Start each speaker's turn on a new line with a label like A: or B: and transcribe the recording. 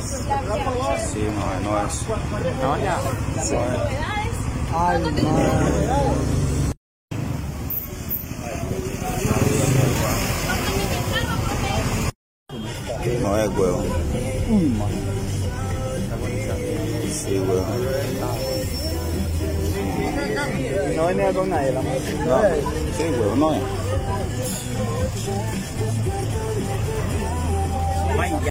A: Sí, no, no es.
B: Đó nha.
C: Ai mà
A: No es huevo.
C: Uy, man.
A: Sí, huevo.
C: Nói nè con này là một
A: No. Sí, huevo, no es.
B: Mày